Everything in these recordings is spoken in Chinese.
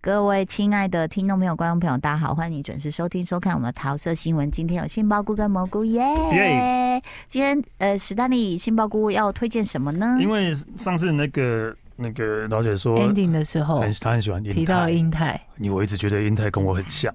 各位亲爱的听众朋友、观众朋友，大家好，欢迎你准时收听、收看我们的桃色新闻。今天有杏鲍菇跟蘑菇耶！耶今天呃，史丹利杏鲍菇要推荐什么呢？ 因为上次那个那个老姐说， ending 的时候很她很喜欢英泰，提到了 英泰，你我一直觉得英泰跟我很像，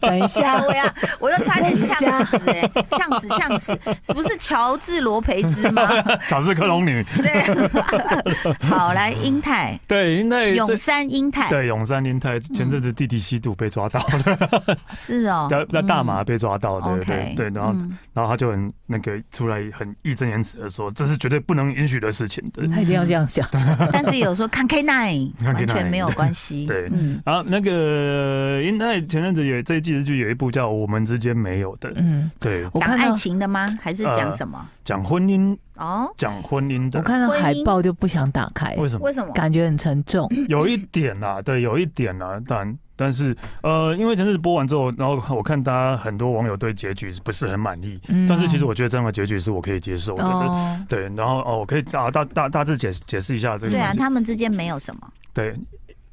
等一下吓我哎呀！我又差点呛死哎、呛死呛死！不是乔治罗培兹 吗？长是克隆女，对， 好来英泰，对英泰永这山英泰对永山英泰前阵子弟弟吸毒被抓到的，是哦，在在大麻被抓到的，对 OK，对，然后嗯然后他就很那个出来很义正言辞的说，这是绝对不能允许的事情，嗯对。他一定要这样想。但是有说看 K nine 完全没有关系，对嗯，然后那个英泰前阵子有这一季就有一部叫《我们之间没有的》，嗯，对，我讲看爱到情的吗？还是呃讲什么？讲婚姻，哦，讲婚姻我的，看到海报就不想打开，为什么？为什么？感觉很沉重。 有一点啦，对，有一点啦，但但是呃，因为前阵子播完之后，然后我看大家很多网友对结局是不是很满意，嗯但是其实我觉得这样的结局是我可以接受的。哦，对，然后哦，我可以大大大大致解解释一下这个对啊东，西。他们之间没有什么，对，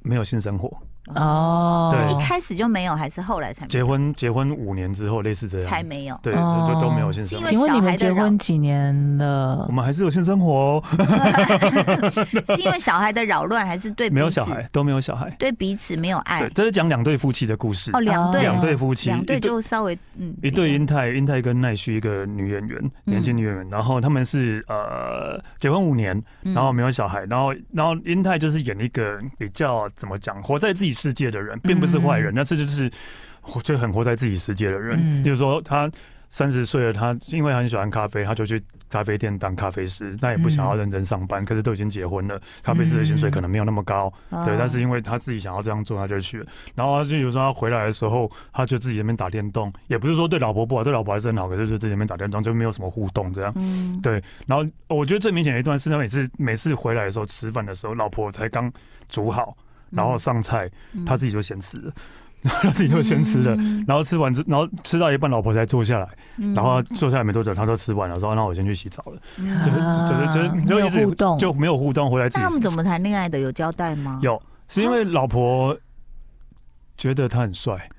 没有性生活，哦，对一开始就没有，还是后来才没结婚结婚五年之后类似这有才样，没有？ 对，哦就就都没有性生因活为。请问你小们孩在结扰婚几年了我？们还是有性生活、哦，是因为小孩的扰乱，还是对没有彼小此孩，都没有小孩。对彼此没有爱对，？这是讲两对夫妻的故事哦，，两对两对夫妻，两对一就稍微嗯，一对英泰，英泰跟奈绪一个女演员，年嗯轻女演员，然后他们是呃结婚五年，嗯然后没有小孩，然后然后英泰就是演一个比较怎么讲，活在自己世界的人，并不是坏人，但是就是活就很活在自己世界的人，嗯比如说他。三十岁了，他因为很喜欢咖啡，他就去咖啡店当咖啡师。那也不想要嗯认真上班，可是都已经结婚了，咖啡师的薪水可能没有那么高，哦对，但是因为他自己想要这样做，他就去了。然后他就有时候他回来的时候，他就自己在那边打电动，也不是说对老婆不好，对老婆还是很好，可是就自己在那边打电动，就没有什么互动这样。嗯对，然后我觉得最明显的一段是他每次每次回来的时候吃饭的时候，老婆才刚煮好，然后上菜，嗯他自己就先吃了， 然后他自己就先吃了。嗯然后吃完之，然后吃到一半，老婆才坐下来，嗯然后他坐下来没多久，他都吃完了，说：“啊那我先去洗澡了。”嗯就啊就就就没就有一直互动就没有互动，回来自那己他们怎么谈恋爱的？有交代吗？有，是因为老婆觉得他很帅。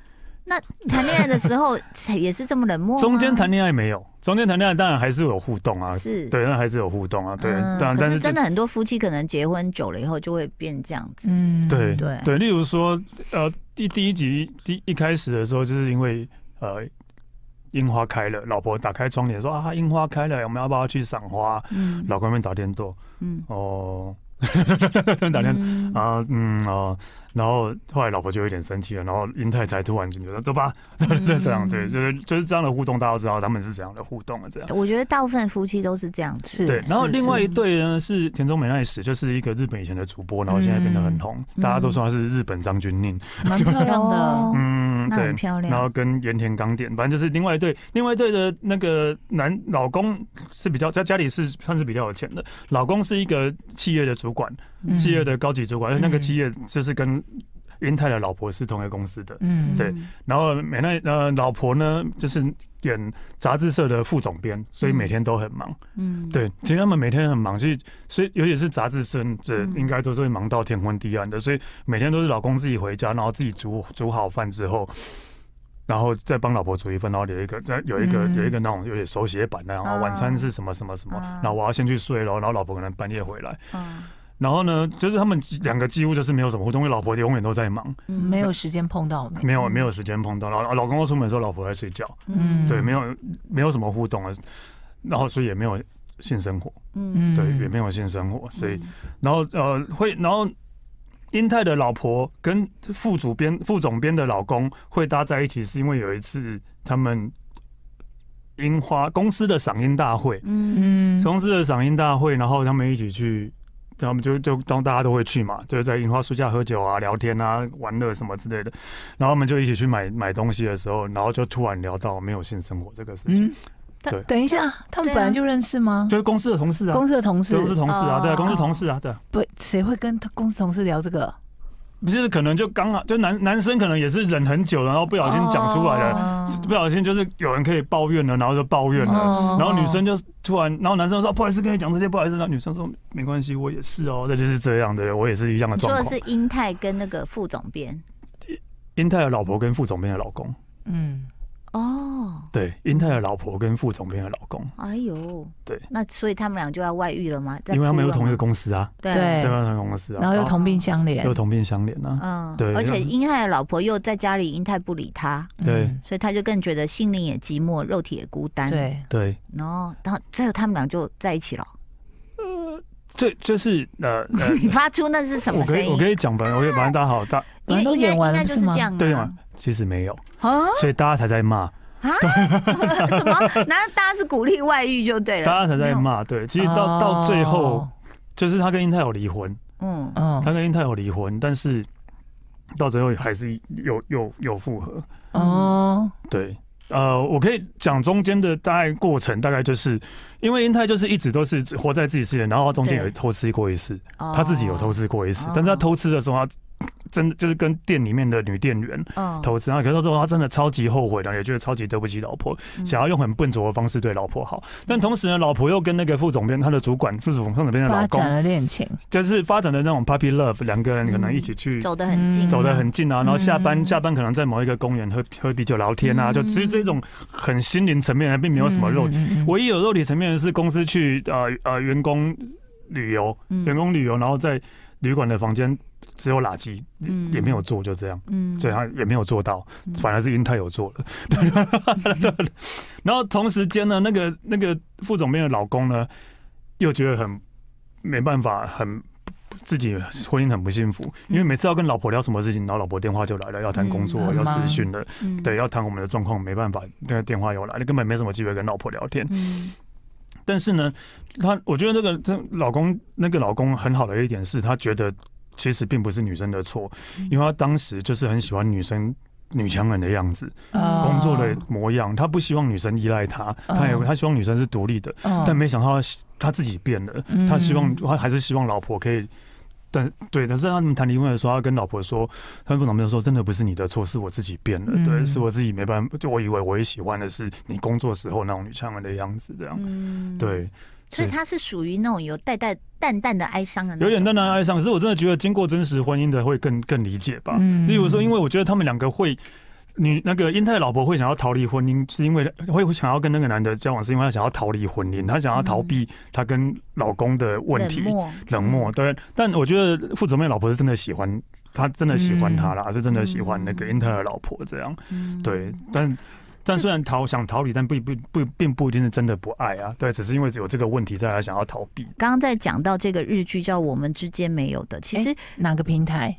谈恋爱的时候也是这么冷漠吗？中间谈恋爱没有，中间谈恋爱当然还是有互动啊，是，对，那还是有互动啊，对，嗯当然可但是是真的很多夫妻可能结婚久了以后就会变这样子。嗯，对对对，例如说，呃，第第一集第一开始的时候，就是因为呃。樱花开了，老婆打开窗帘说：“啊，樱花开了，我们要不要去赏花嗯？”老公在那边打电动，嗯，哦， 在那边打电嗯啊，嗯哦，然后后来老婆就有点生气了，然后英泰才突然就觉得走吧， 这样嗯对，就是就是这样的互动，大家都知道他们是怎样的互动了，这样。我觉得大部分夫妻都是这样子。是。对，然后是另外是一对呢是田中美奈实，就是一个日本以前的主播，然后现在变得嗯很红，大家都说她是日本张钧甯。蛮漂亮的哦，嗯，那对很。漂然后亮。跟盐田刚典，反正就是另外一对，另外一对的那个男老公是比较在家里是算是比较有钱的，老公是一个企业的主管，嗯企业的高级主管，而且那个嗯企业就是跟英泰的老婆是同一个公司的。嗯，对然后美奈呃老婆呢，就是演杂志社的副总编，所以每天都很忙。嗯，嗯，对，其实他们每天很忙，所以所以尤其是杂志社，这嗯应该都是会忙到天昏地暗的，所以每天都是老公自己回家，然后自己煮煮好饭之后。然后再帮老婆煮一份，然后有一个，呃有一个，嗯有一个那种有点手写版的，然后晚餐是什么什么什么，啊然后我要先去睡咯，然后老婆可能半夜回来，嗯然后呢，就是他们几两个几乎就是没有什么互动，因为老婆永远都在忙，嗯没有时间碰到你。没有没有时间碰到。然后老公要出门的时候，老婆在睡觉，嗯对，没有没有什么互动啊，然后所以也没有性生活，嗯嗯，对，也没有性生活，所以嗯然后呃会，然后英泰的老婆跟副主编副总编的老公会搭在一起，是因为有一次他们樱花公司的赏樱大会，嗯嗯，公司的赏樱大会，然后他们一起去，他们就就当大家都会去嘛，就是在樱花树下喝酒啊、聊天啊、玩乐什么之类的。然后他们就一起去买买东西的时候，然后就突然聊到没有性生活这个事情，嗯对，等一下，他们对啊本来就认识吗？就是公司的同事啊，公司的同事公司同事啊，对啊，哦公司同事啊，对啊，不，谁会跟他公司同事聊这个？就是可能就刚好，就男男生可能也是忍很久了，然后不小心讲出来了， 哦不小心就是有人可以抱怨了，然后就抱怨了，哦啊然后女生就突然，然后男生说不好意思跟你讲这些，不好意思，然后女生说没关系，我也是哦，那就是这样的，我也是一样的你说状的况是。英泰跟那个副总编英泰的老婆跟副总编的老公，嗯，哦，对，英泰的老婆跟副总编的老公，哎呦，对，那所以他们俩就要外遇了吗？在因为他们哭有了同一个吗公司啊，对，对对吧？同一个公司啊，然后又同同病相怜又，同病相怜啊，嗯，对而且因为英泰的老婆又在家里，英泰不理他，对嗯所以他就更觉得心灵也寂寞，肉体也孤单。，对，对，然后然后最后他们俩就在一起了。，这就是呃呃你发出那是什么我可声以我可音？以讲吧，我可以反正大家好，大因为都应该演完了应该就不是是吗这样对啊吗？其实没有，啊所以大家才在骂，啊！什么？那大家是鼓励外遇就对了，大家才没在有。骂，对，其实到到最后哦，就是他跟英泰有离婚，嗯，他嗯跟英泰有离婚，但是到最后还是有有有复合。嗯哦，对，呃，我可以讲中间的大概过程，大概就是因为英泰就是一直都是活在自己世界，然后他中间对有偷吃过一次，哦他自己有偷，吃过一次哦，但是他偷吃的时候，他真的就是跟店里面的女店员嗯偷吃，然后可是到最后他真的超级后悔的，也觉得超级对不起老婆，嗯想要用很笨拙的方式对老婆好，但同时呢，老婆又跟那个副总编他的主管副总副总编的老发展公，了恋情，就是发展的那种 puppy love，两个人可嗯能一起去走得很近，嗯走得很近啊，然后下班、嗯下班可能在某一个公园喝喝啤酒聊天啊，嗯就其实这种很心灵层面的，并没有什么肉体。嗯，嗯嗯嗯唯一有肉体层面的是公司去呃呃员工旅游，嗯员工旅游，然后在旅馆的房间只有垃圾，嗯也没有做，就这样。嗯所以他也没有做到，嗯反而是英泰有做了。 然后同时间呢，那个那个副总编的老公呢，又觉得很没办法，很自己婚姻很不幸福，因为每次要跟老婆聊什么事情，然后老婆电话就来了，要谈工作，嗯嗯很要忙私讯了，嗯对，，要谈我们的状况，没办法，那个电话又来了，根本没什么机会跟老婆聊天。嗯但是呢，她我觉得这个这老公那个老公很好的一点是，他觉得其实并不是女生的错，嗯因为他当时就是很喜欢女生。女强人的样子，哦工作的模样，他不希望女生依赖他，他也哦他希望女生是独立的，嗯但没想到他他自己变了，嗯他希望他还是希望老婆可以，但对，但是他们谈离婚的时候，他跟老婆说，他跟老婆说，真的不是你的错，是我自己变了，嗯对，是我自己没办法，就我以为我也喜欢的是你工作时候那种女强人的样子，这样，嗯，对，所以是他是属于那种有带带淡淡的哀伤的那种，有点淡淡哀伤。可是我真的觉得，经过真实婚姻的会更更理解吧。嗯例如说，因为我觉得他们两个会。女那个英泰老婆会想要逃离婚姻，是因为会想要跟那个男的交往，是因为她想要逃离婚姻，她想要逃避她跟老公的问题嗯冷，漠，冷漠。对，但我觉得傅总妹老婆是真的喜欢，她真的喜欢他啦，是真的喜欢那个英泰的老婆这样。嗯对，但但虽然逃想逃离，但不不不并不一定是真的不爱啊。对，只是因为有这个问题，在她想要逃避。刚刚在讲到这个日剧叫《我们之间没有的》，其实哪个平台？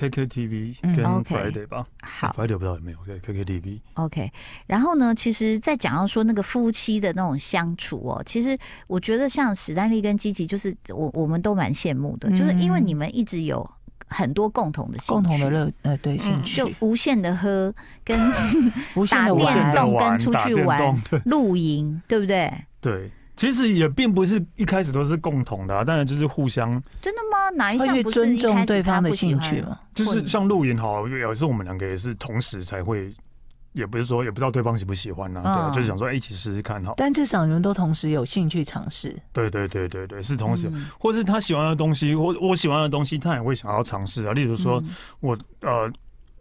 KKTV 嗯跟，OK Friday 吧，嗯好 Friday 不知道有没有对 KKTV。 OK，然后呢，其实，在讲到说那个夫妻的那种相处哦，其实我觉得像史丹利跟基奇，就是我我们都蛮羡慕的，就是因为嗯你们一直有很多共同的兴趣共同的乐呃对兴嗯趣就，无限的喝 跟无限的打电玩动跟玩出打去电玩动对露营，对不对？对，其实也并不是一开始都是共同的、啊，当然就是互相，真的吗？哪一要项去不是尊一开重始对他方的不喜兴趣欢？嘛。就是混像露营好，有时候我们两个也是同时才会，也不是说也不知道对方喜不喜欢呢、啊，对啊、嗯就是想说哎一起试试看哈。但至少你们都同时有兴趣尝试，对对对对对，是同时，嗯或是他喜欢的东西，或我喜欢的东西，他也会想要尝试啊。例如说，嗯我呃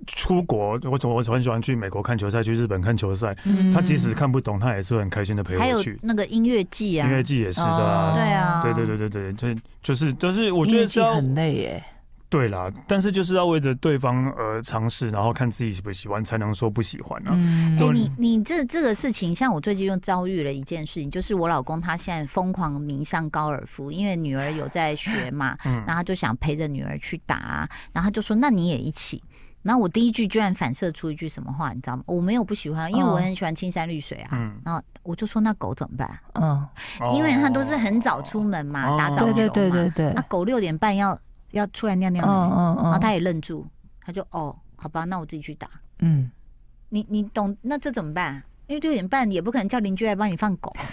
出国，我总我很喜欢去美国看球赛，去日本看球赛，嗯他即使看不懂，他也是很开心的陪还有我去。那个音乐季啊音，乐季也是的、哦啊，对啊，对对对对对，这就是就是我我觉得是要很累耶。对啦，但是就是要为着对方而尝试，然后看自己喜不喜欢，才能说不喜欢啊。嗯哎、对你你这这个事情，像我最近又遭遇了一件事情，就是我老公他现在疯狂迷上高尔夫，因为女儿有在学嘛，嗯然后他就想陪着女儿去打、然后他就说那你也一起。然后我第一句居然反射出一句什么话，你知道吗？我没有不喜欢，因为我哦很喜欢青山绿水啊。嗯，然后我就说那狗怎么办？嗯，因为他都是很早出门嘛，哦打早球对嘛。对对对对，那狗六点半要要出来尿尿嗯了没，嗯然后嗯，他也愣住，他就哦，好吧，那我自己去打。啊嗯，你你懂？那这怎么办？因为六点半也不可能叫邻居来帮你放狗，啊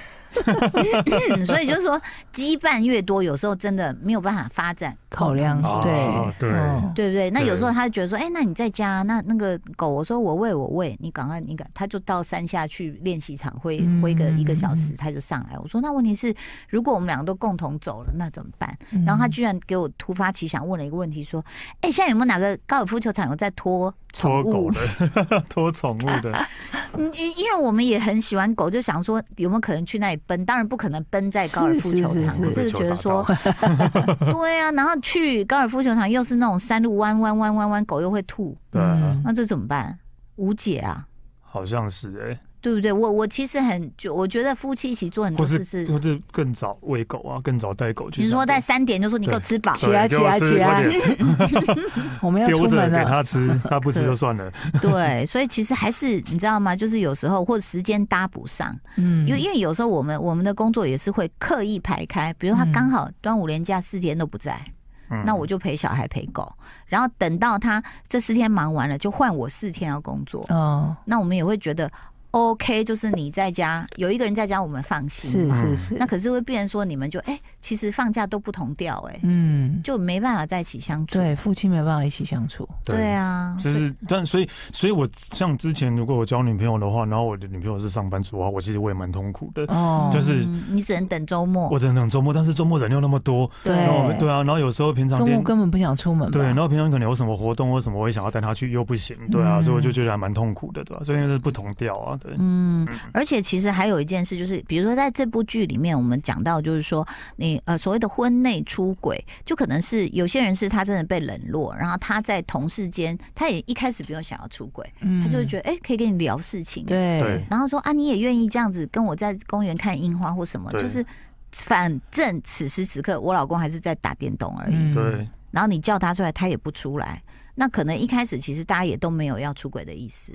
嗯所以就是说羁绊越多，有时候真的没有办法发展考量沟通哦对对嗯对不对？那对有时候他就觉得说，哎、那你在家，那那个狗，我说我喂我喂，你赶快你赶，他就到山下去练习场挥嗯挥个一个小时，他就上来。我说那问题是，如果我们两个都共同走了，那怎么办？嗯然后他居然给我突发奇想问了一个问题，说，哎、现在有没有哪个高尔夫球场有在拖宠拖狗物？的， 拖宠物的，嗯，因因为我们也很喜欢狗，就想说有没有可能去那里奔？当然不可能奔在高尔夫球场，是是是可是就觉得说， 对啊，然后去高尔夫球场又是那种山路弯弯弯弯弯，狗又会吐。对啊，嗯那这怎么办？无解啊，好像是哎、对不对？我我其实很，就我觉得夫妻一起做很或多是事嗯是，或是更早喂狗啊，更早带狗去散步。你说在三点就说你给我吃饱，起来对起来给我吃起来 快点我们要丢出着门给了，它吃，它不吃就算了。对，所以其实还是你知道吗？就是有时候或者时间搭不上，嗯因为因为有时候我们我们的工作也是会刻意排开，比如他嗯刚好端午连假四天都不在，嗯 那我就陪小孩陪狗，然后等到他这四天忙完了，就换我四天要工作，嗯哦，那我们也会觉得 OK，就是你在家有一个人在家，我们放心。嗯是是是，那可是会变成说你们就哎、其实放假都不同调哎、嗯，就没办法在一起相处。对，夫妻没办法一起相处，嗯对哦啊，就是，但所以，所以我像之前如果我交女朋友的话，然后我的女朋友是上班族的话，我其实我也蛮痛苦的。哦，就是嗯你只能等周末。我只能等周末，但是周末人又那么多，对然后我们对啊，然后有时候平常中连午根本不想出门吧，对，然后平常可能有什么活动或什么，我也想要带她去，又不行，对啊，嗯所以我就觉得还蛮痛苦的，对吧、所以是不同调啊，对，嗯，而且其实还有一件事，就是比如说在这部剧里面，我们讲到就是说，你呃所谓的婚内出轨，就可能是有些人是他真的被冷落，然后他在同事间，他也一开始不用想要出轨，嗯他就会觉得哎、可以跟你聊事情，对对然后说啊，你也愿意这样子跟我在公园看樱花或什么，对就是反正此时此刻我老公还是在打电动而已。嗯对，然后你叫他出来，他也不出来。那可能一开始其实大家也都没有要出轨的意思，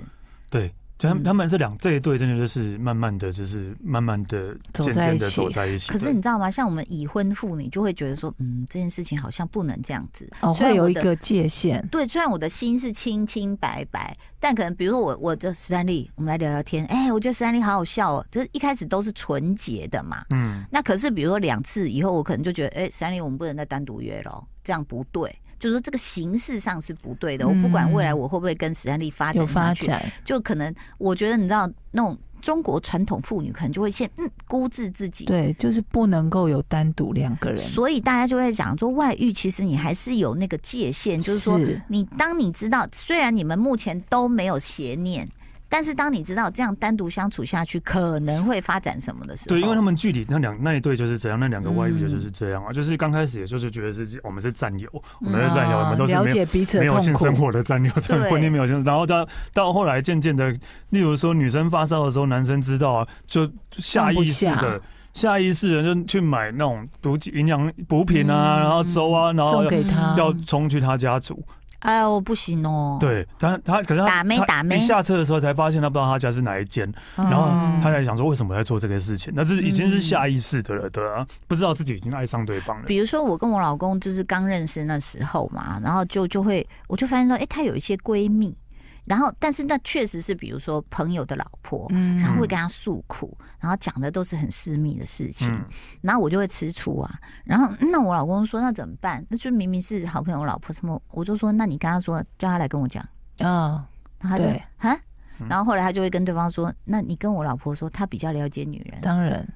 对。就他们嗯他们这两这一对真的就是慢慢的，就是慢慢的走渐在渐一的起走在一起。可是对你知道吗？像我们已婚妇女就会觉得说，嗯，这件事情好像不能这样子。哦，虽会然有我一的个界限，对，虽然我的心是清清白白，但可能比如说我，我就史丹利，我们来聊聊天。哎、我觉得史丹利好好笑哦，就是一开始都是纯洁的嘛，嗯，那可是比如说两次以后，我可能就觉得，哎、三林我们不能再单独约了，哦这样不对。就是说这个形式上是不对的，我不管未来我会不会跟史丹利发展嗯有下发去，展，就可能我觉得你知道那种中国传统妇女可能就会先嗯估置自己，对，就是不能够有单独两个人，所以大家就会讲说外遇其实你还是有那个界限，就是说你当你知道，虽然你们目前都没有邪念，但是当你知道这样单独相处下去可能会发展什么的时候，对，因为他们距离那两那一对就是怎样，那两个外遇的就是这样嗯啊，就是刚开始也就是觉得自己我们是战友，我们是战友，我啊们都是了没有解彼此没的有痛性生苦，活的战友，对对婚姻没有性，然后到到后来渐渐的，例如说女生发烧的时候，男生知道啊就下意识放不的下。下意识的就去买那种补给营养补品啊，嗯然后粥啊，然后送要给嗯他，要冲去他家煮。哎呦不行哦，对，他他可是他打妹他打妹一下车的时候才发现他不知道他家是哪一间，嗯，然后嗯他在想说为什么在做这个事情，那是已经是下意识的了，对啊，不知道自己已经爱上对方了。比如说我跟我老公就是刚认识那时候嘛，然后就就会我就发现说，哎、她有一些闺蜜，然后但是那确实是比如说朋友的老婆。嗯然后会跟她诉苦，然后讲的都是很私密的事情，嗯，然后我就会吃醋啊。然后那我老公说那怎么办？那就明明是好朋友老婆什么，我就说那你跟他说，叫他来跟我讲。啊，然后他对就啊，嗯然后后来他就会跟对方说，那你跟我老婆说，她比较了解女人。当然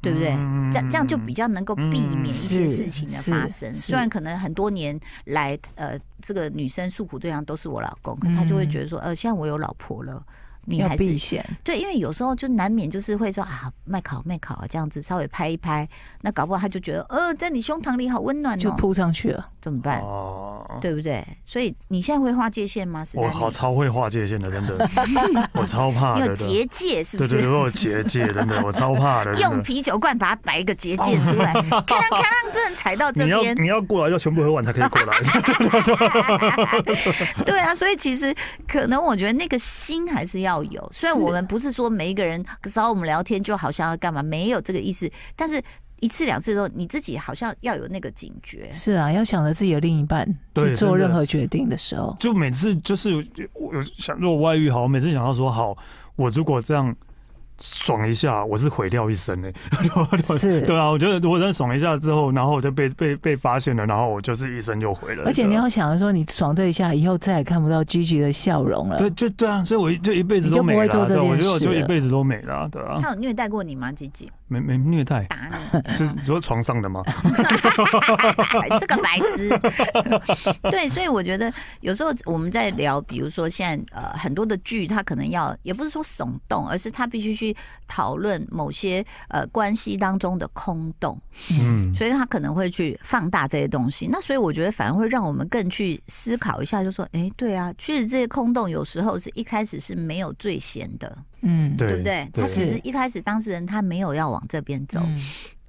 对不对？嗯这样这样就比较能够避免一些嗯事情的发生。是是虽然可能很多年来，呃，这个女生诉苦对象都是我老公，可他就会觉得说，呃，现在我有老婆了，你嗯要还避是嫌，对，因为有时候就难免就是会说啊，卖烤卖烤这样子，稍微拍一拍，那搞不好他就觉得，呃，在你胸膛里好温暖就哦，扑上去了，怎么办？哦，对不对？所以你现在会划界限吗？史丹我利好超会划界限的，真的， 我超怕你有的，结界是不对对是？对，我有结界，真的，我超怕的，真用的。啤酒罐把它摆一个结界出来，咔啷咔啷，不能踩到这哦 你要边。你要过来，要全部喝完才可以过来。 对啊，所以其实可能我觉得那个心还是要有，虽然是我们不是说每一个人找我们聊天就好像要干嘛，没有这个意思，但是一次两次之后，你自己好像要有那个警觉。是啊，要想着自己的另一半对去做真的任何决定的时候，就每次就是我有想，如果外遇好，我每次想到说好，我如果这样爽一下，我是毁掉一生哎、欸。 是对啊，我觉得如果真的爽一下之后，然后我就被被被发现了，然后我就是一生就毁了。而且你对啊要想说，你爽这一下，以后再也看不到 Gigi 的笑容了。对，就对啊，所以我一就一辈子你都就不没会了做啊，这对，我件觉得我事就一了辈子都没了啊，对啊，他有虐待过你吗？吉吉没没虐待，打你，是说床上的吗？哎这个白痴。 对，所以我觉得有时候我们在聊，比如说现在呃很多的剧，它可能要也不是说耸动，而是它必须去讨论某些呃关系当中的空洞，嗯，所以它可能会去放大这些东西。那所以我觉得反而会让我们更去思考一下，就说，哎、对啊，确实这些空洞有时候是一开始是没有最嫌的，嗯，对对不对？他其实一开始当事人他没有要往这边走，嗯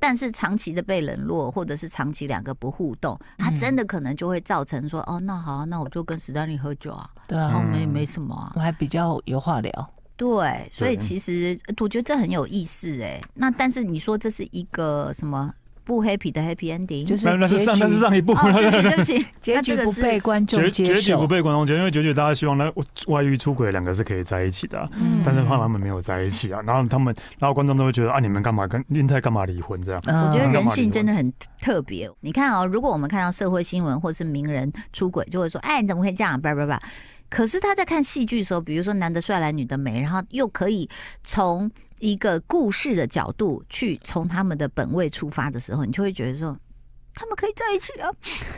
但是长期的被冷落，或者是长期两个不互动，他嗯真的可能就会造成说，哦，那好啊、那我就跟史丹利喝酒啊，对然后啊，我们也嗯没什么啊。我还比较有话聊。对，所以对其实呃我觉得这很有意思哎。那但是你说这是一个什么不 happy 的 happy ending？就是那那是结上那局是上一步，哦，对不起对不起，结嗯那局这个不是被观众结接结局受不，被观众接受，因为结局大家希望呢，外遇出轨两个是可以在一起的啊、嗯但是怕他们没有在一起啊，然后他们，然后观众都会觉得啊，你们干嘛跟英泰干嘛离婚这样？我我觉得嗯人性真的很特别。你看哦，如果我们看到社会新闻或是名人出轨，就会说：“哎，你怎么可以这样？”叭叭叭。可是他在看戏剧的时候，比如说男的帅来，女的美，然后又可以从一个故事的角度去从他们的本位出发的时候，你就会觉得说。他们可以在一起啊，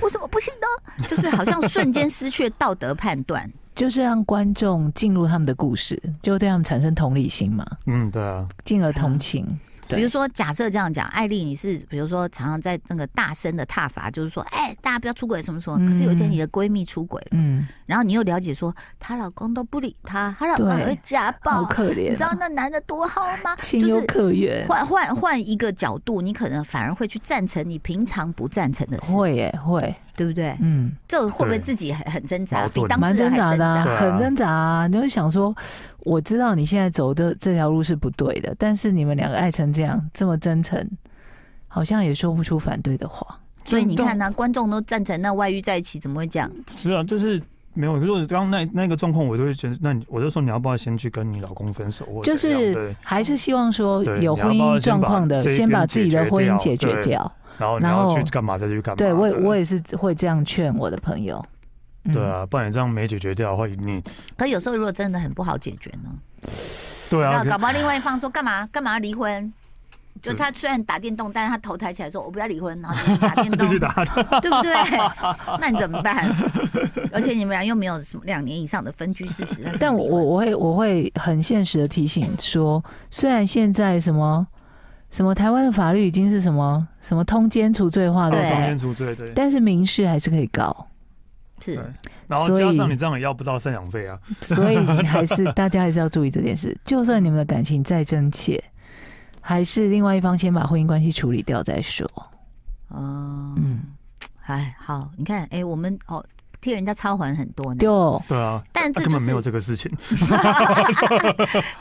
为什么不行呢？ 就是好像瞬间失去了道德判断。就是让观众进入他们的故事，就对他们产生同理心嘛，嗯，对啊，进而同情。对嗯比如说，假设这样讲，艾丽，你是比如说常常在那个大声的挞伐，就是说，哎、大家不要出轨什么什么。可是有一天，你的闺蜜出轨了，嗯，然后你又了解说，她老公都不理她，她老公对会家好暴，可你怜知道哦，那男的多好吗？ 情有是可原。换换换一个角度，你可能反而会去赞成你平常不赞成的事，会耶，会，对不对？嗯，这会不会对自己很很挣扎，矛比盾当蛮事人挣还挣扎的、啊扎？对啊很挣扎啊！你就想说，我知道你现在走的这条路是不对的，但是你们两个爱成这样，这么真诚，好像也说不出反对的话。所以你看呢、观众都赞成那外遇在一起，怎么会这样？是啊，就是没有。如果刚刚那那个状况，我就会觉得，那你我就说你要不要先去跟你老公分手，或者就怎样是对还是希望说对有你要婚不要姻先状把况的，这一先边把自己解的决婚姻掉解决对掉。然后你然要后去干嘛再去干嘛。对我也对我也是会这样劝我的朋友。嗯对，啊，不然你这样没解决掉的话，你可有时候如果真的很不好解决呢？对啊那，搞不好另外一方说干嘛干嘛要离婚？就就是他虽然打电动，但是他头抬起来说：“我不要离婚。”然后就去打 电就动去，打对不对？那你怎么办？而且你们俩又没有什么两年以上的分居事实，那怎么但我我我会我会很现实的提醒说，虽然现在什么什么台湾的法律已经是什么什么通奸除罪化，对不对通对奸？除罪，对。但是民事还是可以告，是然后所加以上你这样也要不到赡养费啊，所以还是大家还是要注意这件事。就算你们的感情再真切，还是另外一方先把婚姻关系处理掉再说。嗯，嗯，哎，好，你看，哎，我们哦替人家操还很多呢，就对啊，但这根就本没是有这个事情。？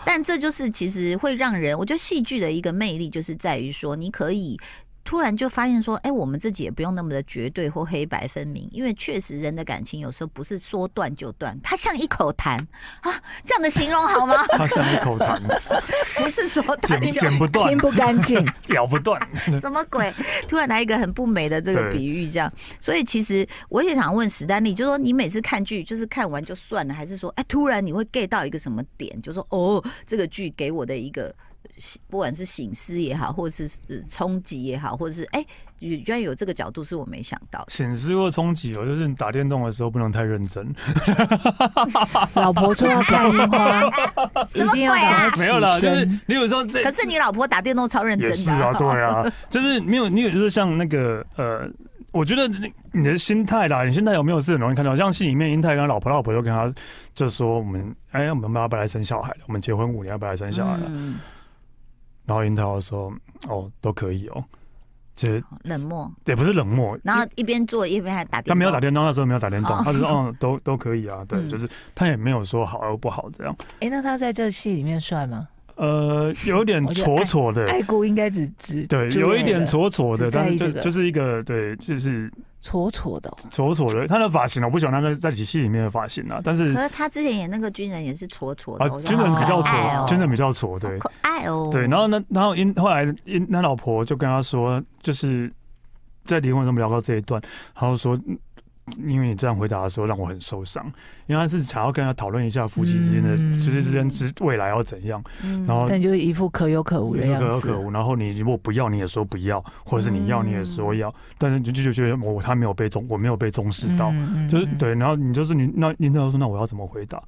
但这就是其实会让人，我觉得戏剧的一个魅力就是在于说，你可以突然就发现说，哎，我们自己也不用那么的绝对或黑白分明，因为确实人的感情有时候不是说断就断，它像一口痰啊，这样的形容好吗 他像一口痰， 不是说断剪就剪不断清，不 干净。咬不断。 什么鬼？突然来一个很不美的这个对比喻，这样。所以其实我也想问史丹利，就说你每次看剧就是看完就算了，还是说哎突然你会 get 到一个什么点，就说哦这个剧给我的一个不管是醒思也好，或者是呃冲击也好，或者是哎原来有这个角度是我没想到的。显示过冲击哦，就是你打电动的时候不能太认 真。老婆说要看樱花，一定要赶快起没有啦，就是身。你有时候这可是你老婆打电动超 认真也的，是啊，对啊，就是没有，你有就是像那个呃，我觉得你的心态啦，你心态有没有是很容易看到，像戏里面英泰跟他老婆，老婆就跟他就说我们哎，我们要不要来生小孩了？我们结婚五年要不要来生小孩了？嗯，然后英泰就说哦，都可以哦，其实冷漠，也不是冷漠，然嗯后一边做一边还打电动，他没有打电动，那时候没有打电动哦，他就说嗯，都都可以啊，对，嗯啊就是他也没有说好而不好这样。哎，那他在这戏里面帅吗？呃，有点 我觉得挫挫的，爱姑应该只只对，注意有一这点个挫挫的，只在但意是就这个就是一个对，就是挫挫的哦、挫挫的。他的发型我不喜欢那个在体系里面的发型啊，但是可是他之前演那个军人也是挫挫的啊，，我觉军得人好比较可爱哦挫，军人比较挫，对好可爱哦。对。然后呢，然后因后来因他老婆就跟他说，就是在离婚的时候我们聊到这一段，然后说。嗯因为你这样回答的时候让我很受伤，因为他是想要跟他讨论一下夫妻之间的，嗯夫妻之间之未来要怎样，嗯，然后但就是一副可有可无哦的可样有子。可无。然后你如果不要，你也说不要，或者是你要，你也嗯说要，但是就就就觉得我他没有被重，我没有被重视到，嗯就是，对。然后你就是你那你那时候说，那我要怎么回答？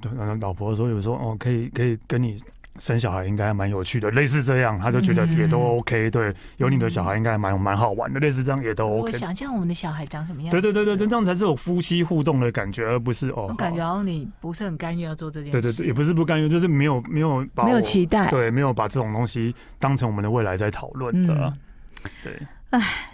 对，然后老婆说有时候哦，可以可以跟你生小孩，应该还蛮有趣的，类似这样，他就觉得也都嗯 OK，、对，有你的小孩应该还蛮蛮好玩的，类似这样也都我 OK。想象我们的小孩长什么样。对对对对对，这，样才是有夫妻互动的感觉，而不是哦，我好感觉好像你不是很甘愿要做这件对事。对对，也不是不甘愿，就是没有没有把没有我期待。对，没有把这种东西当成我们的未来在讨论的啊、嗯对，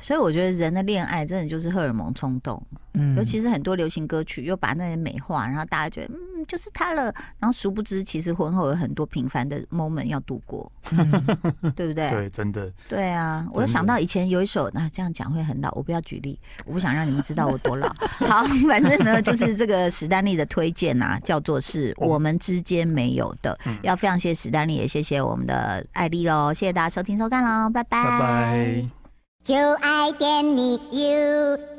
所以我觉得人的恋爱真的就是荷尔蒙冲动，嗯尤其是很多流行歌曲又把那些美化，然后大家觉得嗯就是他了，然后殊不知其实婚后有很多平凡的 moment 要度过，嗯对不对？对，真的，对啊，我真的就想到以前有一首，那、这样讲会很老，我不要举例，我不想让你 们知道我多老。好，反正呢，就是这个史丹利的推荐啊，叫做是哦我们之间没有的，嗯要非常谢谢史丹利，也谢谢我们的艾丽喽，谢谢大家收听收看喽，拜拜拜拜。就爱点你 U。